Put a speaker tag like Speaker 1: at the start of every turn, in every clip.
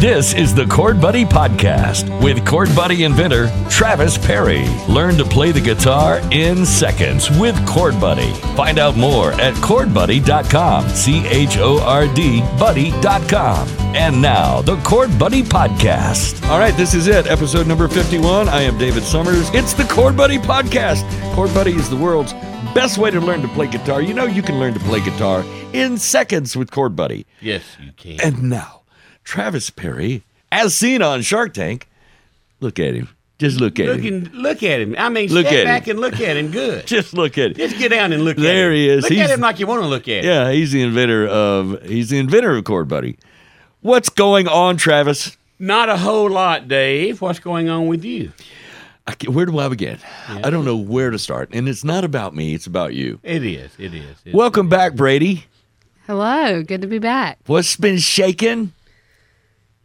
Speaker 1: This is the Chord Buddy Podcast with Chord Buddy inventor Travis Perry. Learn to play the guitar in seconds with Chord Buddy. Find out more at chordbuddy.com. C H O R D buddy.com. And now, the Chord Buddy Podcast. All right, this is it, episode number 51. I am David Summers. It's the Chord Buddy Podcast. Chord Buddy is the world's best way to learn to play guitar. You know, you can learn to play guitar in seconds with Chord Buddy.
Speaker 2: Yes, you can.
Speaker 1: And now, Travis Perry, as seen on Shark Tank, look at him. Just look at
Speaker 2: look,
Speaker 1: him.
Speaker 2: and, look at him. I mean,
Speaker 1: Look at
Speaker 2: step back
Speaker 1: him.
Speaker 2: and look at him good.
Speaker 1: Just look at him.
Speaker 2: Just get down and look at him.
Speaker 1: There he is.
Speaker 2: Look
Speaker 1: He's-
Speaker 2: at him like you want to look at him.
Speaker 1: Yeah, he's the inventor of he's the inventor of Chord Buddy. What's going on, Travis?
Speaker 2: Not a whole lot, Dave. What's going on with you?
Speaker 1: I ca- where do I begin? I don't know where to start, and it's not about me; it's about you.
Speaker 2: It is. It is. It-
Speaker 1: Welcome back, Brady.
Speaker 3: Hello, good to be back.
Speaker 1: What's been shaking?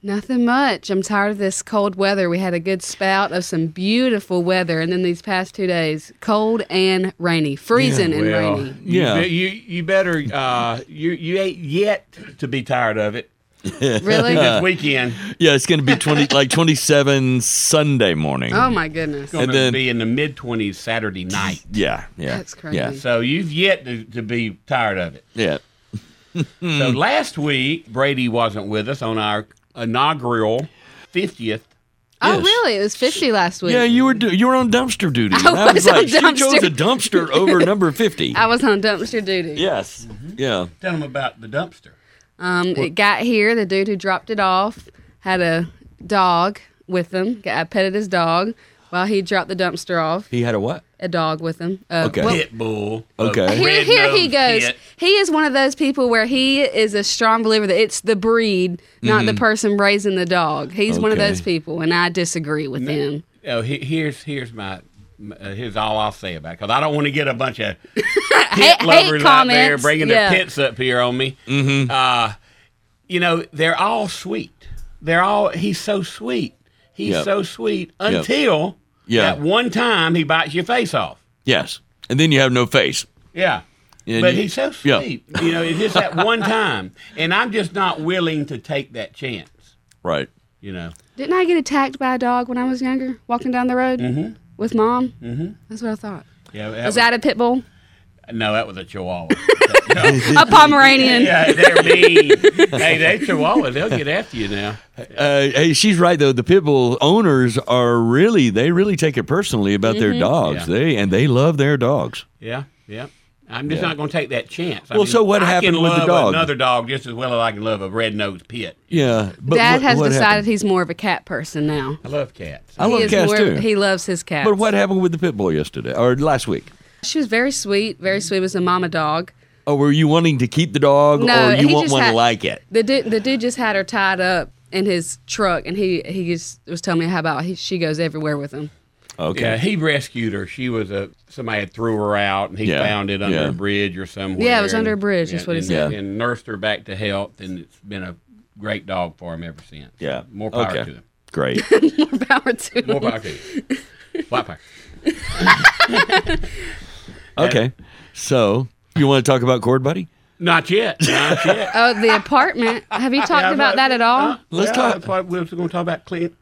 Speaker 3: Nothing much. I'm tired of this cold weather. We had a good spout of some beautiful weather, and then these past two days, cold and rainy, freezing and
Speaker 2: Well,
Speaker 3: rainy.
Speaker 2: you
Speaker 1: Yeah.
Speaker 2: be- You, you better uh, you you ain't yet to be tired of it
Speaker 3: Really?
Speaker 2: this weekend.
Speaker 1: Yeah, it's going to be twenty like twenty seven Sunday morning.
Speaker 3: oh my goodness.
Speaker 2: Going to
Speaker 1: then-
Speaker 2: be in the mid twenties Saturday night.
Speaker 1: yeah, yeah,
Speaker 3: That's crazy.
Speaker 1: Yeah,
Speaker 2: So you've yet to, to be tired of it.
Speaker 1: yeah. Hmm.
Speaker 2: So last week Brady wasn't with us on our inaugural fiftieth
Speaker 3: Oh
Speaker 1: Yes.
Speaker 3: really? It was 50 last week.
Speaker 1: Yeah, you were do- you were on dumpster duty.
Speaker 3: I
Speaker 1: and
Speaker 3: was on
Speaker 1: she chose
Speaker 3: dumpster.
Speaker 1: a dumpster over number fifty.
Speaker 3: I was Mm-hmm. on dumpster duty.
Speaker 1: yes, yeah.
Speaker 2: Tell them about the dumpster.
Speaker 3: Um, it got here. The dude who dropped it off had a dog with him. I petted his dog while he dropped the dumpster off.
Speaker 1: He had a what?
Speaker 3: A dog with him. Uh,
Speaker 1: Okay.
Speaker 3: well,
Speaker 2: Pit bull.
Speaker 1: Okay.
Speaker 2: A
Speaker 3: Here,
Speaker 2: red
Speaker 3: here he
Speaker 2: nose
Speaker 3: goes.
Speaker 2: pit.
Speaker 3: He is one of those people where he is a strong believer that it's the breed, not the person raising the dog. He's one of
Speaker 1: Mm-hmm. Okay. Mm-hmm.
Speaker 3: those people, and I disagree with him.
Speaker 2: Oh, he- here's here's my uh, here's all I'll say about because I don't want to get a bunch of pit
Speaker 3: Hate, hate
Speaker 2: lovers out there
Speaker 3: comments.
Speaker 2: bringing
Speaker 3: yeah.
Speaker 2: their pits up here on me. Mm-hmm. Uh, you know they're all sweet. They're all he's so sweet. He's
Speaker 1: Yep.
Speaker 2: so sweet until
Speaker 1: Yeah.
Speaker 2: that one time he bites your face off.
Speaker 1: Yes, and then you have no face.
Speaker 2: Yeah.
Speaker 1: And
Speaker 2: but
Speaker 1: you-
Speaker 2: he's so
Speaker 1: yeah.
Speaker 2: sweet. You know, it's just that one time. And I'm just not willing to take that chance,
Speaker 1: Right.
Speaker 2: you know.
Speaker 3: Didn't I get attacked by a dog when I was younger, walking down the road with mom? Mm-hmm. That's what I thought.
Speaker 2: Yeah,
Speaker 3: Was that a pit bull?
Speaker 2: No, that was a chihuahua.
Speaker 3: a Pomeranian.
Speaker 2: yeah, they're mean. hey, they chihuahuas, they'll get after you now.
Speaker 1: Uh, hey, she's right though. The pit bull owners are really they really take it personally about their
Speaker 3: Mm-hmm.
Speaker 1: dogs.
Speaker 2: Yeah.
Speaker 1: They and they love their dogs.
Speaker 2: Yeah, yeah. I'm just not going to take that chance. I
Speaker 1: Well, so what
Speaker 2: I
Speaker 1: happened
Speaker 2: can
Speaker 1: with the
Speaker 2: love
Speaker 1: dog?
Speaker 2: Another dog just as well as I can love a red-nosed pit.
Speaker 1: Yeah, but
Speaker 3: Dad
Speaker 1: what-
Speaker 3: has
Speaker 1: what
Speaker 3: decided
Speaker 1: happened?
Speaker 3: he's more of a cat person now.
Speaker 2: I love cats.
Speaker 1: I love
Speaker 3: he is
Speaker 1: cats
Speaker 3: more-
Speaker 1: too.
Speaker 3: He loves his cat.
Speaker 1: but what happened with the pit bull yesterday or last week?
Speaker 3: She was very sweet, very sweet. It was a mama dog.
Speaker 1: Or Oh, were you wanting to keep the dog,
Speaker 3: No,
Speaker 1: or you
Speaker 3: he
Speaker 1: want
Speaker 3: just
Speaker 1: one
Speaker 3: had-
Speaker 1: like it?
Speaker 3: The dude, the dude just had her tied up in his truck, and he he just was telling me how about he, she goes everywhere with him.
Speaker 1: Okay.
Speaker 2: Yeah, he rescued her. She was a somebody had threw her out, and he
Speaker 1: Yeah,
Speaker 2: found it under
Speaker 1: yeah.
Speaker 2: a bridge or somewhere.
Speaker 3: Yeah, it was under a
Speaker 2: and-
Speaker 3: bridge, is
Speaker 2: and-
Speaker 3: what he
Speaker 2: and-
Speaker 3: said.
Speaker 1: Yeah.
Speaker 2: And nursed her back to health, and it's been a great dog for him ever since.
Speaker 1: Yeah.
Speaker 2: more power
Speaker 1: Okay.
Speaker 2: to him.
Speaker 1: Great.
Speaker 3: More power to
Speaker 2: More
Speaker 3: him.
Speaker 2: power to him. White power.
Speaker 1: okay. So you want to talk about Cord Buddy?
Speaker 2: Not yet. Not yet.
Speaker 3: Oh, the apartment. Have you talked
Speaker 2: Yeah,
Speaker 3: about
Speaker 2: but-
Speaker 3: that at all?
Speaker 2: Uh,
Speaker 1: Let's
Speaker 2: yeah,
Speaker 1: talk-
Speaker 2: That's why we're going to talk about Clint.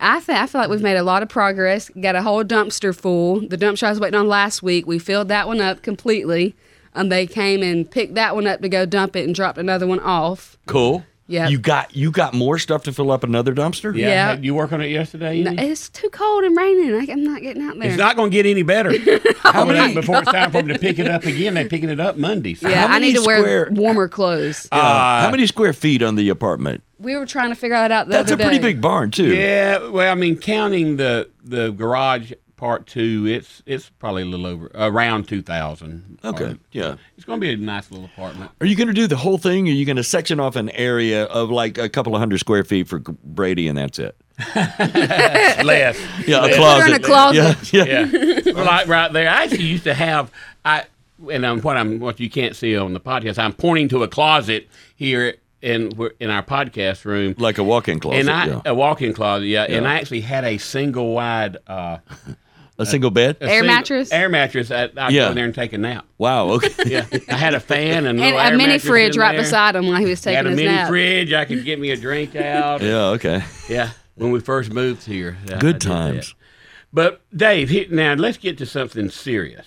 Speaker 3: I think I feel like we've made a lot of progress. Got a whole dumpster full. The dumpster I was waiting on last week, we filled that one up completely. Um, they came and picked that one up to go dump it and dropped another one off.
Speaker 1: Cool.
Speaker 3: Yeah.
Speaker 1: You got you got more stuff to fill up another dumpster.
Speaker 2: Yeah.
Speaker 3: Yeah.
Speaker 2: had- You work on it yesterday?
Speaker 3: No,
Speaker 2: Ian?
Speaker 3: it's too cold and raining. I, I'm not getting out there.
Speaker 2: Mm. it's not going to get any better. How many before it's time for them to pick it up again? They're picking it up Monday. So-
Speaker 3: yeah,
Speaker 1: How
Speaker 3: I need
Speaker 1: many
Speaker 3: to
Speaker 1: square-
Speaker 3: wear warmer clothes.
Speaker 2: Uh,
Speaker 1: How many square feet on the apartment?
Speaker 3: we were trying to figure that out. The
Speaker 1: That's
Speaker 3: other
Speaker 1: a pretty
Speaker 3: day.
Speaker 1: big barn too.
Speaker 2: yeah. Well, I mean, counting the the garage part two, it's it's probably a little over around two thousand.
Speaker 1: Okay. Yeah.
Speaker 2: It's going to be a nice little apartment.
Speaker 1: Are you going to do the whole thing? Or are you going to section off an area of like a couple of hundred square feet for G- Brady, and that's it?
Speaker 2: Less.
Speaker 1: Yeah, a
Speaker 3: Put her in a closet.
Speaker 1: Yeah, yeah.
Speaker 2: yeah. Well, like right there. I actually used to have I and um, what I'm what you can't see on the podcast. I'm pointing to a closet here in we're- in our podcast room.
Speaker 1: like a walk-in closet.
Speaker 2: and I
Speaker 1: yeah.
Speaker 2: a walk-in closet, yeah, And
Speaker 1: Yeah.
Speaker 2: I actually had a single wide uh,
Speaker 1: A single bed?
Speaker 3: Air
Speaker 2: Single-
Speaker 3: mattress?
Speaker 2: Air mattress. I, I
Speaker 1: Yeah.
Speaker 2: go in there and take a nap.
Speaker 1: Wow. Okay.
Speaker 2: Yeah, I had a fan and, a
Speaker 3: And
Speaker 2: little
Speaker 3: a
Speaker 2: air
Speaker 3: mini
Speaker 2: mattress in
Speaker 3: fridge right
Speaker 2: there.
Speaker 3: beside him while he was
Speaker 2: Had
Speaker 3: taking
Speaker 2: a
Speaker 3: his
Speaker 2: mini
Speaker 3: nap.
Speaker 2: fridge. I could get me a drink out. yeah.
Speaker 1: yeah. Okay.
Speaker 2: when we first moved here. I- I
Speaker 1: Good
Speaker 2: did that.
Speaker 1: times.
Speaker 2: But Dave, he- now let's get to something serious.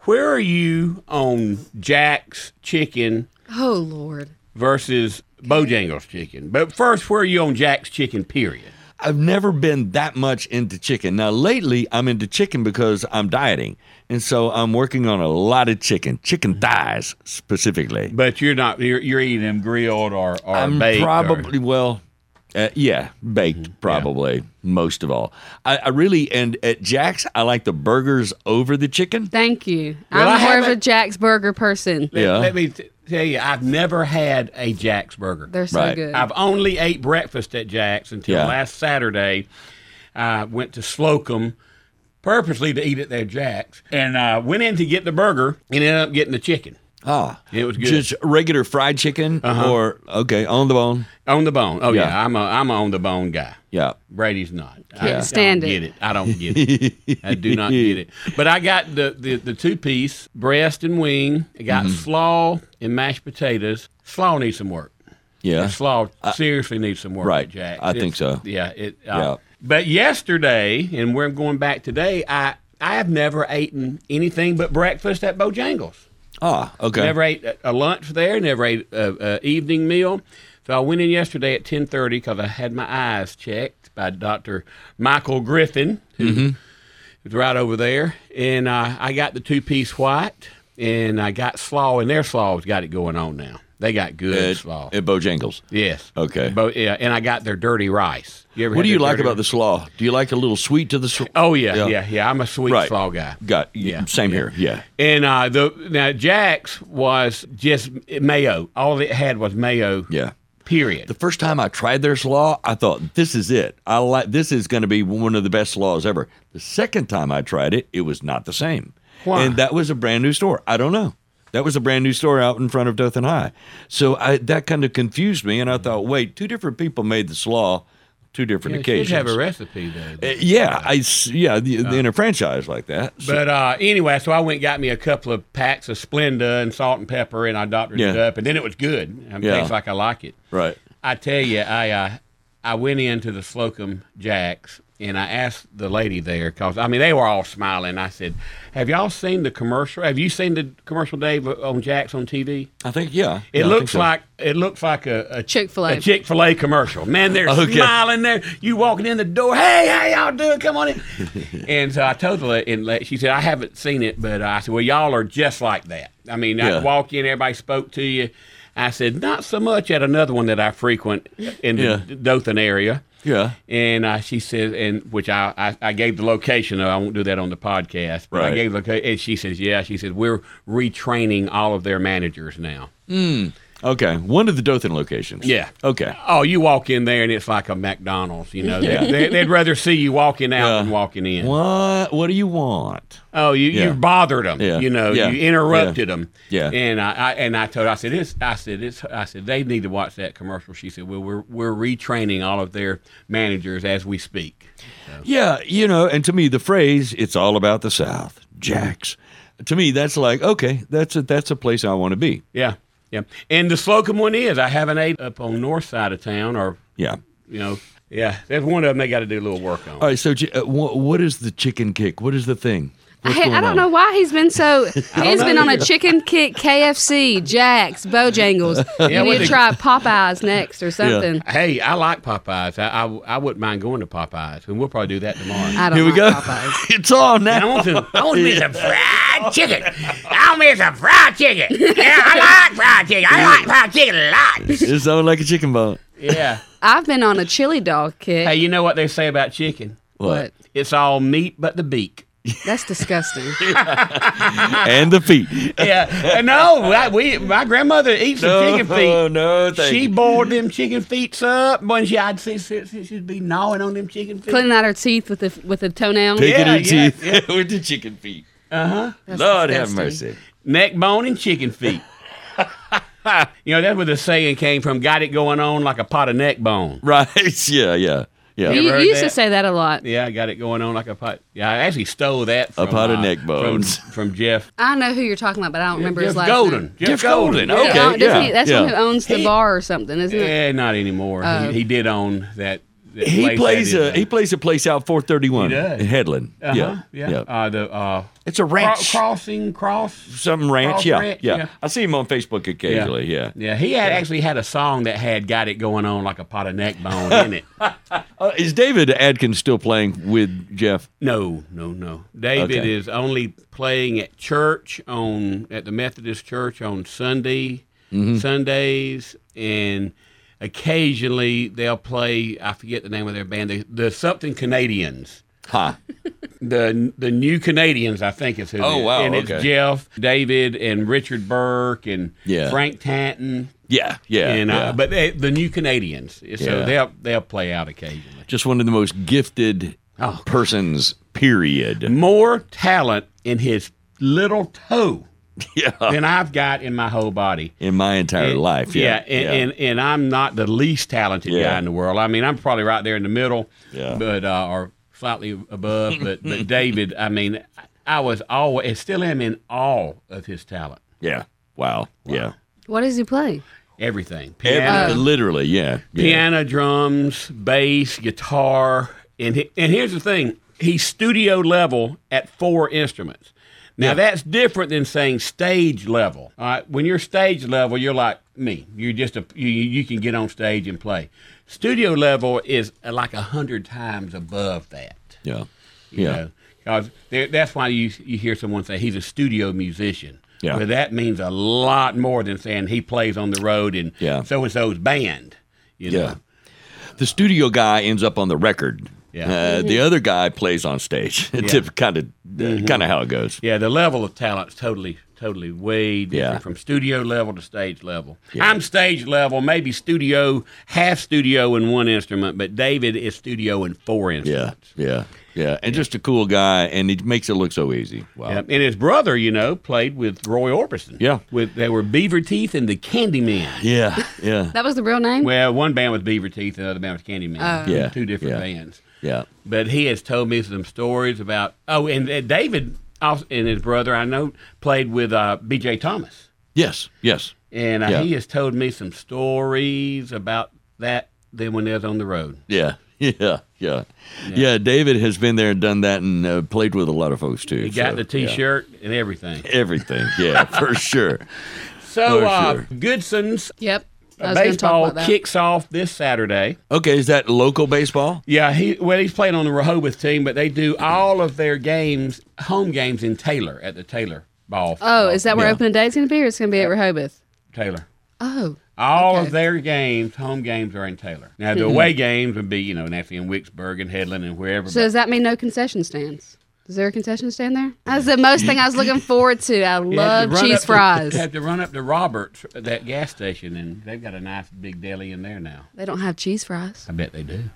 Speaker 2: Where are you on Jack's chicken
Speaker 3: Oh Lord.
Speaker 2: versus Bojangles chicken? But first, where are you on Jack's chicken? Period.
Speaker 1: I've never been that much into chicken. Now, lately, I'm into chicken because I'm dieting. And so I'm working on a lot of chicken,
Speaker 2: Mm-hmm.
Speaker 1: chicken thighs specifically.
Speaker 2: But you're not. You're, you're eating them grilled or or
Speaker 1: I'm
Speaker 2: baked. or- Mm-hmm.
Speaker 1: probably well, uh, yeah, baked probably most of all. I, I really and at Jack's I like the burgers over the chicken.
Speaker 3: Thank you.
Speaker 2: I
Speaker 3: I'm more of a
Speaker 2: haven't-
Speaker 3: Jack's Burger person.
Speaker 2: let,
Speaker 1: Yeah.
Speaker 2: let me t- tell you, I've never had a Jack's burger.
Speaker 3: They're so
Speaker 1: Right.
Speaker 3: good.
Speaker 2: I've only ate breakfast at Jack's until
Speaker 1: Yeah.
Speaker 2: last Saturday. I went to Slocum purposely to eat at their Jack's and uh, went in to get the burger and ended up getting the chicken.
Speaker 1: Ah,
Speaker 2: It was good. Uh-huh.
Speaker 1: just regular fried chicken or okay on the bone.
Speaker 2: On the bone. Oh yeah,
Speaker 1: Yeah.
Speaker 2: I'm a I'm a on the bone guy.
Speaker 1: Yeah,
Speaker 2: Brady's not. I
Speaker 3: Can't
Speaker 2: don't
Speaker 3: stand it.
Speaker 2: get it. I don't get it. I do not get it. But I got the the, the two piece breast and wing. I got
Speaker 1: Mm-hmm.
Speaker 2: slaw and mashed potatoes. Slaw needs some work.
Speaker 1: yeah.
Speaker 2: And Slaw seriously needs some work,
Speaker 1: right.
Speaker 2: Jack.
Speaker 1: I think so.
Speaker 2: Yeah, it. Uh,
Speaker 1: Yeah.
Speaker 2: But yesterday, and where I'm going back today, I I have never eaten anything but breakfast at Bojangles.
Speaker 1: Ah, okay.
Speaker 2: Never ate a- a lunch there. Never ate a, a evening meal. So I went in yesterday at 10:30 because I had my eyes checked by Dr. Michael Griffin, who is
Speaker 1: Mm-hmm.
Speaker 2: right over there, and uh, I got the two-piece white, and I got slaw, and their slaw's got it going on now. They got good
Speaker 1: at,
Speaker 2: slaw.
Speaker 1: at Bojangles.
Speaker 2: yes.
Speaker 1: Okay.
Speaker 2: Bo- yeah, and I got their dirty rice. You ever
Speaker 1: What do
Speaker 2: had
Speaker 1: you
Speaker 2: their
Speaker 1: like
Speaker 2: dirty-
Speaker 1: about the slaw? Do you like a little sweet to the slaw?
Speaker 2: Oh yeah,
Speaker 1: Yeah.
Speaker 2: yeah, yeah. I'm a sweet
Speaker 1: Right.
Speaker 2: slaw guy.
Speaker 1: Got Same here. Yeah.
Speaker 2: And uh, the now Jack's was just mayo. All it had was mayo.
Speaker 1: Yeah.
Speaker 2: Period.
Speaker 1: The first time I tried their slaw, I thought this is it. I like this is going to be one of the best slaws ever. The second time I tried it, it was not the same.
Speaker 2: Why?
Speaker 1: And that was a brand new store. I don't know. That was a brand new store out in front of Dothan High. So I, that kind of confused me, and I thought, wait, two different people made the slaw, two different
Speaker 2: It should
Speaker 1: occasions.
Speaker 2: have a Uh. recipe though.
Speaker 1: Uh, yeah, I s- yeah the, in a franchise like that. So-
Speaker 2: But uh, anyway, so I went and got me a couple of packs of Splenda and salt and pepper, and I doctored it
Speaker 1: Yeah.
Speaker 2: up, and then it was good. It
Speaker 1: Yeah.
Speaker 2: tastes like I like it.
Speaker 1: right.
Speaker 2: I tell you, I uh, I went into the Slocum Jacks and I asked the lady there because I mean they were all smiling. I said, "Have y'all seen the commercial? Have you seen the commercial, Dave, on Jacks on TV?
Speaker 1: I think yeah.
Speaker 2: It
Speaker 1: Yeah, I think
Speaker 2: looks
Speaker 1: so.
Speaker 2: like it looks like a, a
Speaker 3: Chick-fil-A.
Speaker 2: a Chick Fil A commercial. Man, they're
Speaker 1: Okay.
Speaker 2: smiling there. You walking in the door, hey, how y'all doing? Come on in. and so I told her, and la- she said, I haven't seen it, but uh, I said, well, y'all are just like that. I mean,
Speaker 1: Yeah.
Speaker 2: I walk in, everybody spoke to you. I said, not so much at another one that I frequent in the
Speaker 1: Yeah.
Speaker 2: Dothan area.
Speaker 1: yeah.
Speaker 2: And uh, she says, and which I, I, I gave the location. though I won't do that on the podcast. But
Speaker 1: Right.
Speaker 2: I gave the location, and she says, yeah. She said we're retraining all of their managers now.
Speaker 1: Okay, one of the Dothan locations.
Speaker 2: Yeah.
Speaker 1: Okay.
Speaker 2: Oh, you walk in there and it's like a McDonald's, you know.
Speaker 1: Yeah.
Speaker 2: They, would rather see you walking out
Speaker 1: Yeah.
Speaker 2: than walking in.
Speaker 1: What What do you want?
Speaker 2: Oh, you,
Speaker 1: Yeah.
Speaker 2: you bothered them.
Speaker 1: Yeah.
Speaker 2: You know,
Speaker 1: Yeah.
Speaker 2: you interrupted them.
Speaker 1: Yeah.
Speaker 2: And I, I and I told her, I said it's I said it's I said they need to watch that commercial. She said, well, we're we're retraining all of their managers as we speak.
Speaker 1: Yeah, you know, and to me, the phrase "it's all about the South," Jack's. To me, that's like okay, that's a, that's a place I want to be.
Speaker 2: Yeah. Yeah. And the Slocum one is I haven't ate up on north side of town or
Speaker 1: Yeah.
Speaker 2: you know yeah there's one of them they got to do a little work on.
Speaker 1: All right. So, J- uh, wha what is the chicken kick? What is the thing?
Speaker 3: I,
Speaker 1: What's
Speaker 3: hate-
Speaker 1: going
Speaker 3: I don't
Speaker 1: on?
Speaker 3: know why he's been so. He's been on a chicken kick, KFC, Jack's, Bojangles.
Speaker 2: Yeah,
Speaker 3: you
Speaker 2: what
Speaker 3: need to
Speaker 2: the-
Speaker 3: try Popeyes next or something.
Speaker 2: Hey, I like Popeyes. I, I I wouldn't mind going to Popeyes, and we'll probably do that tomorrow.
Speaker 3: I don't
Speaker 1: Here we
Speaker 3: like
Speaker 1: go.
Speaker 3: Popeyes.
Speaker 1: it's on
Speaker 2: I
Speaker 1: now.
Speaker 2: want some. I want me some fried chicken. I want me some fried chicken. Yeah, I like fried chicken. I like fried chicken a lot.
Speaker 1: It's on like a chicken bone.
Speaker 2: Yeah.
Speaker 3: I've been on a chili dog kick.
Speaker 2: Hey, you know what they say about chicken?
Speaker 3: but
Speaker 2: It's all meat but the beak.
Speaker 3: that's disgusting.
Speaker 2: Ah.
Speaker 1: and the feet.
Speaker 2: Yeah. No, I, we. My grandmother eats the chicken
Speaker 1: Oh,
Speaker 2: feet.
Speaker 1: no, thank
Speaker 2: She
Speaker 1: you.
Speaker 2: boiled them chicken feet up. When she, I'd see, see- see- she'd be gnawing on them chicken feet.
Speaker 3: Cleaning out her teeth with the with the toenail.
Speaker 1: Take
Speaker 2: Yeah,
Speaker 1: it easy
Speaker 2: yeah,
Speaker 1: with the chicken feet.
Speaker 3: That's
Speaker 1: Lord have
Speaker 3: disgusting.
Speaker 1: mercy.
Speaker 2: neck bone and chicken feet. you know that's where the saying came from. Got it going on like a pot of neck bone.
Speaker 1: Right. Yeah. Yeah. Yeah.
Speaker 3: You,
Speaker 2: ever heard
Speaker 3: you used to
Speaker 2: that?
Speaker 3: say that a lot.
Speaker 2: Yeah, I got it going on like a pot. Yeah, I actually stole that from,
Speaker 1: pot of
Speaker 2: uh,
Speaker 1: neck bones.
Speaker 2: from, from Jeff.
Speaker 3: I know who you're talking about, but I don't remember
Speaker 2: Jeff
Speaker 3: his last
Speaker 2: Golden.
Speaker 3: name.
Speaker 2: Jeff,
Speaker 1: Jeff
Speaker 2: Golden.
Speaker 1: Golden,
Speaker 2: Yeah.
Speaker 1: okay.
Speaker 3: Oh, doesn't he-
Speaker 1: yeah,
Speaker 3: that's one
Speaker 1: yeah.
Speaker 3: who owns the bar or something, isn't it?
Speaker 2: Eh, not anymore.
Speaker 3: Oh.
Speaker 2: he, he did own that. that
Speaker 1: He
Speaker 2: place
Speaker 1: plays
Speaker 2: that
Speaker 1: a
Speaker 2: is,
Speaker 1: he plays a place out 431
Speaker 2: He does.
Speaker 1: in Headland.
Speaker 2: uh,
Speaker 1: Yeah,
Speaker 2: uh-huh, yeah. Uh, the uh,
Speaker 1: It's a
Speaker 2: cro-
Speaker 1: ranch,
Speaker 2: crossing cross.
Speaker 1: something ranch.
Speaker 2: Cross
Speaker 1: Yeah,
Speaker 2: Ranch,
Speaker 1: yeah,
Speaker 2: yeah.
Speaker 1: I see him on Facebook occasionally. Yeah.
Speaker 2: Yeah, he had actually had a song that had got it going on like a pot of neck bone in it.
Speaker 1: Uh, is David Adkins still playing with Jeff?
Speaker 2: No, no, no. David
Speaker 1: Okay.
Speaker 2: is only playing at church on at the Methodist church on Sunday
Speaker 1: Mm-hmm.
Speaker 2: Sundays and occasionally they'll play I forget the name of their band the, the something Canadians.
Speaker 1: Huh.
Speaker 2: The the new Canadians I think is who it
Speaker 1: Oh,
Speaker 2: is.
Speaker 1: wow,
Speaker 2: and
Speaker 1: okay.
Speaker 2: it's Jeff, David and Richard Burke and
Speaker 1: Yeah.
Speaker 2: Frank Tanton
Speaker 1: Yeah, yeah.
Speaker 2: and
Speaker 1: yeah.
Speaker 2: uh, but they, the new Canadians. So
Speaker 1: Yeah.
Speaker 2: they'll they'll play out occasionally.
Speaker 1: just one of the most gifted
Speaker 2: Oh.
Speaker 1: persons. Period.
Speaker 2: More talent in his little toe.
Speaker 1: Yeah,
Speaker 2: than I've got in my whole body.
Speaker 1: in my entire
Speaker 2: And-
Speaker 1: life. Yeah,
Speaker 2: and, And, and I'm not the least talented
Speaker 1: Yeah.
Speaker 2: guy in the world. I mean, I'm probably right there in the middle,
Speaker 1: Yeah.
Speaker 2: but uh, or slightly above. But but David, I mean, I was always, and still am in awe of his talent.
Speaker 1: yeah. Wow. Yeah.
Speaker 3: What does he play?
Speaker 2: Everything, piano,
Speaker 1: Every, literally, yeah. yeah.
Speaker 2: piano, drums, bass, guitar, and he, and here's the thing: he's studio level at four instruments. Now that's different than saying stage level. All right, when you're stage level, you're like me. You're just a you, you can get on stage and play. Studio level is like a hundred times above that.
Speaker 1: Yeah.
Speaker 2: You
Speaker 1: Yeah.
Speaker 2: know? 'Cause there- that's why you you hear someone say he's a studio musician.
Speaker 1: Yeah.
Speaker 2: Well, that means a lot more than saying he plays on the road in
Speaker 1: Yeah.
Speaker 2: so and so's band. You know?
Speaker 1: Yeah. The studio guy ends up on the record.
Speaker 2: Yeah.
Speaker 1: Uh, The other guy plays on stage. It's kind of kind of how it goes.
Speaker 2: Yeah, the level of talent's totally, totally way different
Speaker 1: Yeah.
Speaker 2: from studio level to stage level. I'm stage level, maybe studio, half studio in one instrument, but David is studio in four
Speaker 1: Yeah.
Speaker 2: instruments.
Speaker 1: Yeah. Yeah. And just a cool guy, and he makes it look so easy. Wow.
Speaker 2: Yeah, And his brother, you know, played with Roy Orbison.
Speaker 1: Uh, Yeah.
Speaker 2: With they were Beaver Teeth and the Candymen.
Speaker 1: Yeah. Yeah.
Speaker 3: That was the real name?
Speaker 2: Well, one band was Beaver Teeth, the other band was Candyman.
Speaker 1: Yeah,
Speaker 2: Two different
Speaker 1: yeah.
Speaker 2: bands.
Speaker 1: yeah.
Speaker 2: But he has told me some stories about oh, and uh, David also, and his brother I know played with uh, B.J. Thomas.
Speaker 1: Yes. Yes.
Speaker 2: and uh,
Speaker 1: Yeah.
Speaker 2: he has told me some stories about that than when they was on the road.
Speaker 1: Yeah. Yeah, yeah, yeah, David has been there and done that, and uh, played with a lot of folks too.
Speaker 2: He got
Speaker 1: so,
Speaker 2: the
Speaker 1: yeah.
Speaker 2: T-shirt and everything.
Speaker 1: everything. Yeah, for sure.
Speaker 2: So
Speaker 1: For
Speaker 2: uh,
Speaker 1: sure.
Speaker 2: Goodson's
Speaker 3: Yep. I was going to talk
Speaker 2: baseball
Speaker 3: about that.
Speaker 2: kicks off this Saturday.
Speaker 1: Okay, is that local baseball?
Speaker 2: Yeah, he well he's playing on the Rehoboth team, but they do all of their games, home games in Taylor at the Taylor Ball.
Speaker 3: Oh, is that where opening day's going to be or it's going to be at Rehoboth?
Speaker 2: Taylor.
Speaker 3: Oh.
Speaker 2: All
Speaker 3: Okay. Hmm.
Speaker 2: of their games, home games, are in Taylor. Now the away games would be, you know, Nancy and Wicksburg and Headland and wherever.
Speaker 3: So does that mean no concession stands? Is there a concession stand there? That's the most thing I was looking forward to. I
Speaker 2: You have to
Speaker 3: love
Speaker 2: run up
Speaker 3: cheese
Speaker 2: to-
Speaker 3: fries.
Speaker 2: you have to run up to Roberts, uh, that gas station, and they've got a nice big deli in there now.
Speaker 3: They don't have cheese fries.
Speaker 2: I bet they do.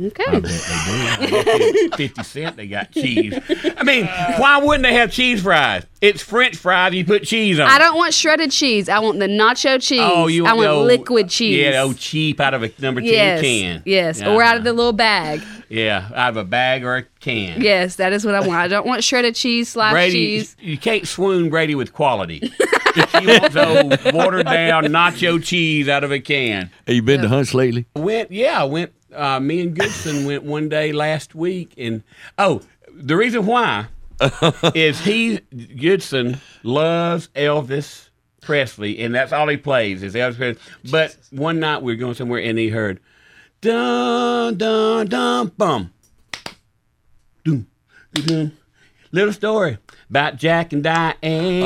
Speaker 3: Okay.
Speaker 2: They do. Fifty- Fifty cent, they got cheese. I mean, why wouldn't they have cheese fries? It's French fries. You put cheese on.
Speaker 3: I don't want shredded cheese. I want the nacho cheese. I
Speaker 2: Oh, the
Speaker 3: want
Speaker 2: old- uh,
Speaker 3: liquid cheese.
Speaker 2: Yeah, the old cheap out of a number ten
Speaker 3: yes.
Speaker 2: can.
Speaker 3: Yes.
Speaker 2: Yeah.
Speaker 3: Or out of the little bag.
Speaker 2: yeah, out of a bag or a can.
Speaker 3: Yes, that is what I want. I don't want shredded cheese, sliced
Speaker 2: Brady,
Speaker 3: cheese.
Speaker 2: you can't swoon Brady with quality. she wants old watered down nacho cheese out of a can.
Speaker 1: Have you been to Hunts lately?
Speaker 2: Went, yeah, I went. Uh, me and Goodson went one day last week, and oh, the reason why is he Goodson loves Elvis Presley, and that's all he plays is Elvis Presley. But one night we were going somewhere, and he heard dun dun dun bum doom doom. Little story about Jack and Diane.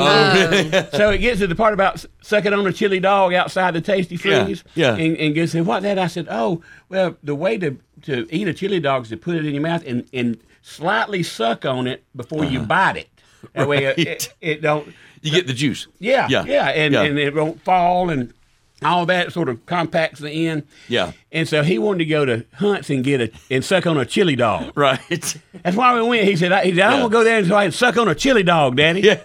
Speaker 2: so it gets to the part about s- sucking on a chili dog outside the Tasty
Speaker 1: Yeah,
Speaker 2: Freeze.
Speaker 1: yeah.
Speaker 2: And, and Gus said, "What that?" I said, "Oh, well, the way to to eat a chili dog is to put it in your mouth and and slightly suck on it before you bite it. That way it,
Speaker 1: Uh-huh. Right.
Speaker 2: it, it don't.
Speaker 1: You get the juice.
Speaker 2: Yeah, yeah, and
Speaker 1: yeah.
Speaker 2: and it won't fall and." all that sort of compacts the end.
Speaker 1: Yeah.
Speaker 2: And so he wanted to go to Hunt's and get a and suck on a chili dog.
Speaker 1: Right.
Speaker 2: That's why we went. He said, I, he said, I
Speaker 1: Yeah.
Speaker 2: don't want to go there until I can suck on a chili dog, Daddy. Yeah.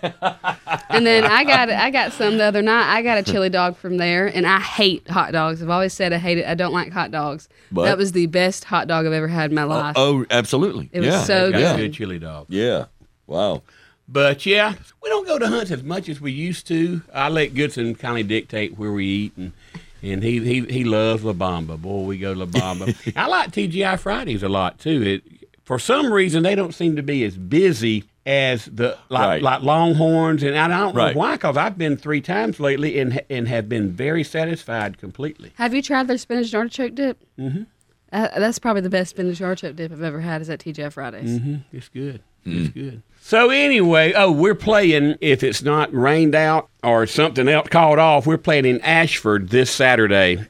Speaker 3: And then I got I got some the other night. I got a chili dog from there, and I hate hot dogs. I've always said I hate it. I don't like hot dogs.
Speaker 1: But-
Speaker 3: that was the best hot dog I've ever had in my life.
Speaker 1: Oh, absolutely.
Speaker 3: It was
Speaker 1: yeah.
Speaker 3: so
Speaker 2: Got
Speaker 1: yeah.
Speaker 2: a good chili dog.
Speaker 1: Yeah. Wow.
Speaker 2: But yeah, we don't go to hunts as much as we used to. I let Goodson kind of dictate where we eat, and and he he, he loves La Bamba. Boy, we go to La Bamba. I like TGI Fridays a lot too. It for some reason they don't seem to be as busy as the like,
Speaker 1: Right.
Speaker 2: like Longhorns, and I don't
Speaker 1: Right.
Speaker 2: know why. Because I've been three times lately and ha- and have been very satisfied completely.
Speaker 3: Have you tried their spinach and artichoke dip? Mm-hmm. Uh, that's probably the best spinach and artichoke dip I've ever had. Is at TGI Fridays.
Speaker 2: Mm, It's good.
Speaker 1: Mm.
Speaker 2: It's good. So anyway, oh, we're playing. If it's not rained out or something else called off, we're playing in Ashford this Saturday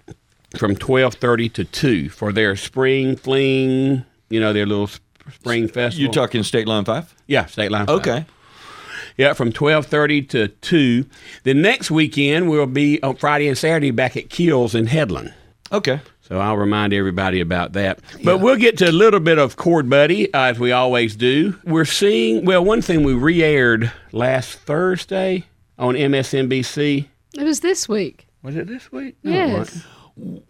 Speaker 2: from twelve thirty to two for their spring fling. You know their little sp- spring festival.
Speaker 1: You talking state line five?
Speaker 2: yeah, state line. Five.
Speaker 1: Okay.
Speaker 2: Yeah, from twelve thirty to two. The next weekend we'll be on Friday and Saturday back at Keels in Headland.
Speaker 1: Okay.
Speaker 2: So I'll remind everybody about that. But we'll get to a little bit of Chord Buddy, uh, as we always do. We're seeing, well, one thing we re aired last Thursday on MSNBC.
Speaker 3: It was this week.
Speaker 2: Was it this week? No, it
Speaker 3: Yes.
Speaker 2: wasn't.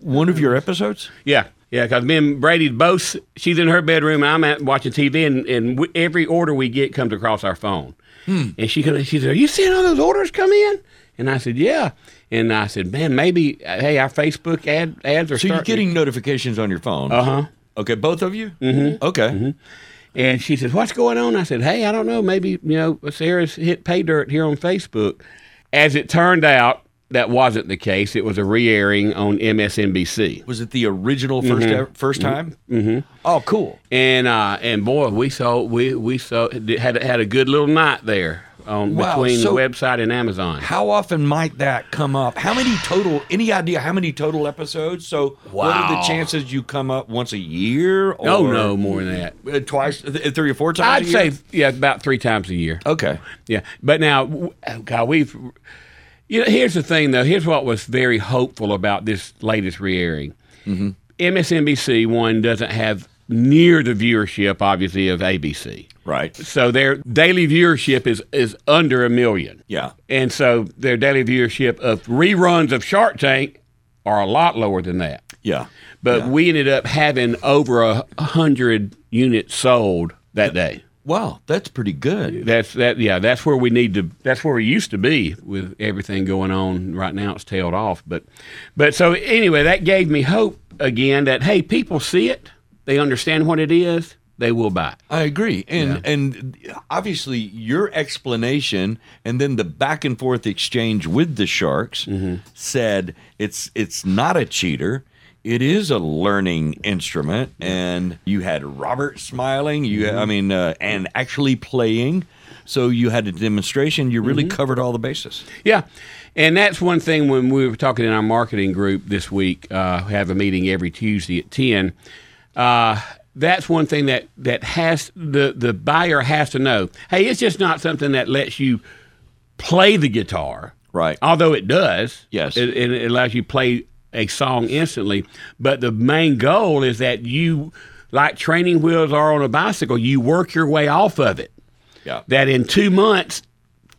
Speaker 1: One of your episodes?
Speaker 2: Yeah. Yeah, because me and Brady both, she's in her bedroom, and I'm out watching TV, and, and w- every order we get comes across our phone. And she comes, she said, Are you seeing all those orders come in? And I said, Yeah. And I said, Man, maybe, uh, hey, our Facebook ad, ads are
Speaker 1: So you're
Speaker 2: starting to
Speaker 1: getting notifications on your phone.
Speaker 2: Uh huh.
Speaker 1: Okay, both of you? Uh-huh. Mm-hmm. Okay.
Speaker 2: And she says, "What's going on?" I said, "Hey, I don't know. Maybe you know Sarah's hit pay dirt here on Facebook." As it turned out, that wasn't the case. It was a re-airing on MSNBC,
Speaker 1: Was it the original 1st first time? Mm-hmm. Oh, cool.
Speaker 2: and uh, and boy, we saw we we saw had had a good little night there on
Speaker 1: Wow,
Speaker 2: between
Speaker 1: so-
Speaker 2: the website and Amazon.
Speaker 1: How often might that come up? How many total? Any idea how many total episodes? So, what are the
Speaker 2: Wow.
Speaker 1: chances you come up once a year? Or
Speaker 2: Oh no, more than that.
Speaker 1: uh, twice, th- three or four times.
Speaker 2: I'd
Speaker 1: a year?
Speaker 2: say yeah, about three times a year.
Speaker 1: Okay.
Speaker 2: Yeah, but now, w- oh, God, we've. You know, here's the thing, though. Here's what was very hopeful about this latest re-airing. MSNBC one doesn't have near the viewership, obviously, of ABC.
Speaker 1: Right.
Speaker 2: So their daily viewership is is under a million.
Speaker 1: Yeah.
Speaker 2: And so their daily viewership of reruns of Shark Tank are a lot lower than that.
Speaker 1: Yeah.
Speaker 2: But we ended up having over a hundred units sold that day.
Speaker 1: Wow, that's pretty good.
Speaker 2: That's that. Yeah, that's where we need to. That's where we used to be with everything going on. Right now, it's tailed off. But, but so anyway, that gave me hope again that hey, people see it, they understand what it is, they will buy. it.
Speaker 1: I agree, and and obviously your explanation, and then the back and forth exchange with the sharks said it's it's not a cheater. It is a learning instrument, and you had Robert smiling. You, I mean, uh, and actually playing. So you had a demonstration. You really covered all the bases.
Speaker 2: Yeah, and that's one thing when we were talking in our marketing group this week. Uh, we have a meeting every Tuesday at ten. Uh, that's one thing that that has the the buyer has to know. Hey, it's just not something that lets you play the guitar.
Speaker 1: Right.
Speaker 2: although it does
Speaker 1: Yes.
Speaker 2: it, it allows you to play a song instantly but the main goal is that you like training wheels are on a bicycle you work your way off of it
Speaker 1: Yeah.
Speaker 2: that in two months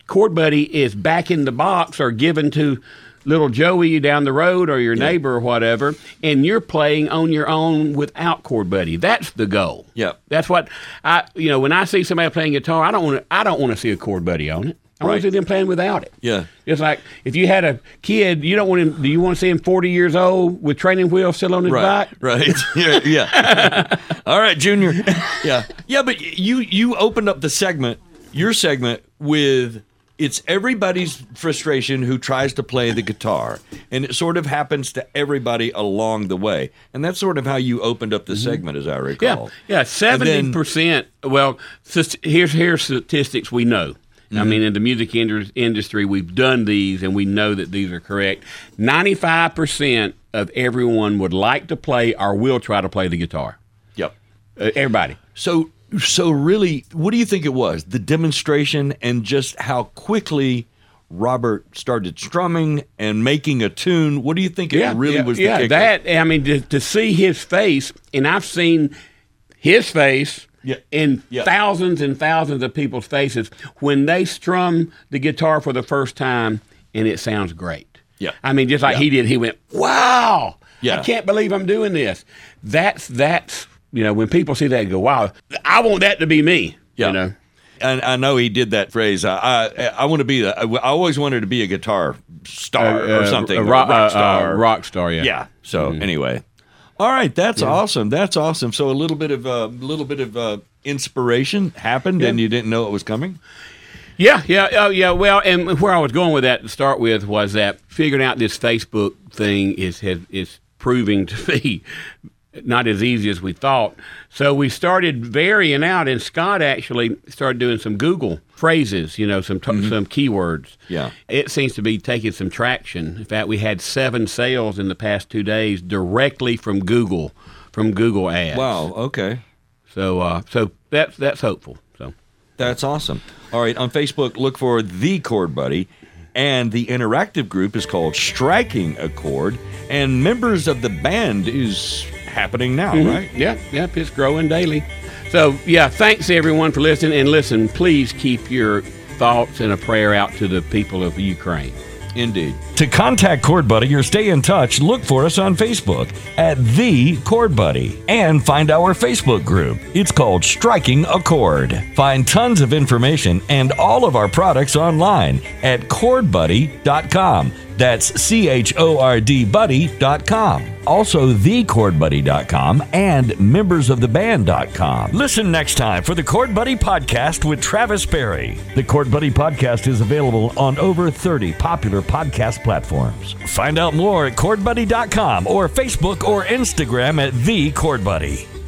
Speaker 2: chord buddy is back in the box or given to little joey down the road or your neighbor or whatever and you're playing on your own without chord buddy that's the goal
Speaker 1: Yeah.
Speaker 2: that's what i you know when i see somebody playing guitar i don't want to i don't want to see a chord buddy on it i want
Speaker 1: Right.
Speaker 2: to see them playing without it
Speaker 1: Yeah.
Speaker 2: it's like if you had a kid, you don't want him. Do you want to see him forty years old with training wheels still on his
Speaker 1: Right,
Speaker 2: back?
Speaker 1: right, yeah, yeah. All right, Junior. Yeah, yeah. But you you opened up the segment, your segment with it's everybody's frustration who tries to play the guitar, and it sort of happens to everybody along the way, and that's sort of how you opened up the segment, as I
Speaker 2: Yeah,
Speaker 1: recall.
Speaker 2: yeah.
Speaker 1: And then-
Speaker 2: Seventy percent. Well, sus- here's here's statistics we know. I
Speaker 1: Mm-hmm.
Speaker 2: mean, in the music indus- industry, we've done these, and we know that these are correct. Ninety-five percent of everyone would like to play or will try to play the guitar.
Speaker 1: Yep.
Speaker 2: Uh, everybody.
Speaker 1: So so really, what do you think it was? The demonstration and just how quickly Robert started strumming and making a tune. What do you think it really
Speaker 2: yeah,
Speaker 1: was?
Speaker 2: yeah,
Speaker 1: the kicker?
Speaker 2: that I mean to, to see his face, and I've seen his face
Speaker 1: Yeah,
Speaker 2: in
Speaker 1: yeah.
Speaker 2: thousands and thousands of people's faces when they strum the guitar for the first time, and it sounds great.
Speaker 1: Yeah.
Speaker 2: I mean, just like he did, he went, "Wow,
Speaker 1: Yeah.
Speaker 2: I can't believe I'm doing this." That's that's you know when people see that, they go, "Wow, I want that to be me."
Speaker 1: Yeah.
Speaker 2: You know.
Speaker 1: And I know he did that phrase. I I, I want to be. A, I always wanted to be a guitar star or something.
Speaker 2: a
Speaker 1: or
Speaker 2: rock,
Speaker 1: rock
Speaker 2: uh,
Speaker 1: star.
Speaker 2: uh, rock Mm-hmm. star, yeah.
Speaker 1: Yeah. So anyway, all right. That's awesome. That's awesome. So a little bit of a little bit of uh, inspiration happened, and you didn't know it was coming.
Speaker 2: Yeah, yeah, oh, yeah. Well, and where I was going with that to start with was that figuring out this Facebook thing is has, is proving to be not as easy as we thought. So we started varying out, and Scott actually started doing some Google phrases, you know, some t- some keywords.
Speaker 1: Mm-hmm. Yeah.
Speaker 2: it seems to be taking some traction. In fact, we had seven sales in the past two days directly from Google, from Google ads.
Speaker 1: Wow. Okay.
Speaker 2: So, uh, so that's that's hopeful. So.
Speaker 1: That's awesome. All right. On Facebook, look for The Chord Buddy. And the interactive group is called Striking a Chord. And members of the band is happening now,
Speaker 2: Mm-hmm.
Speaker 1: right?
Speaker 2: Yep, yep, it's growing daily. So, yeah, thanks everyone for listening. And listen, please keep your thoughts and a prayer out to the people of Ukraine.
Speaker 1: Indeed.
Speaker 4: To contact Chord Buddy or stay in touch, look for us on Facebook at The Chord Buddy and find our Facebook group. It's called Striking a Chord. Find tons of information and all of our products online at chordbuddy.com. That's C H O R D buddy.com. Also, thechordbuddy.com and membersoftheband.com. Listen next time for the Chord Buddy Podcast with Travis Berry. The Chord Buddy Podcast is available on over 30 popular podcast platforms. Find out more at chordbuddy.com or Facebook or Instagram at The Chord Buddy.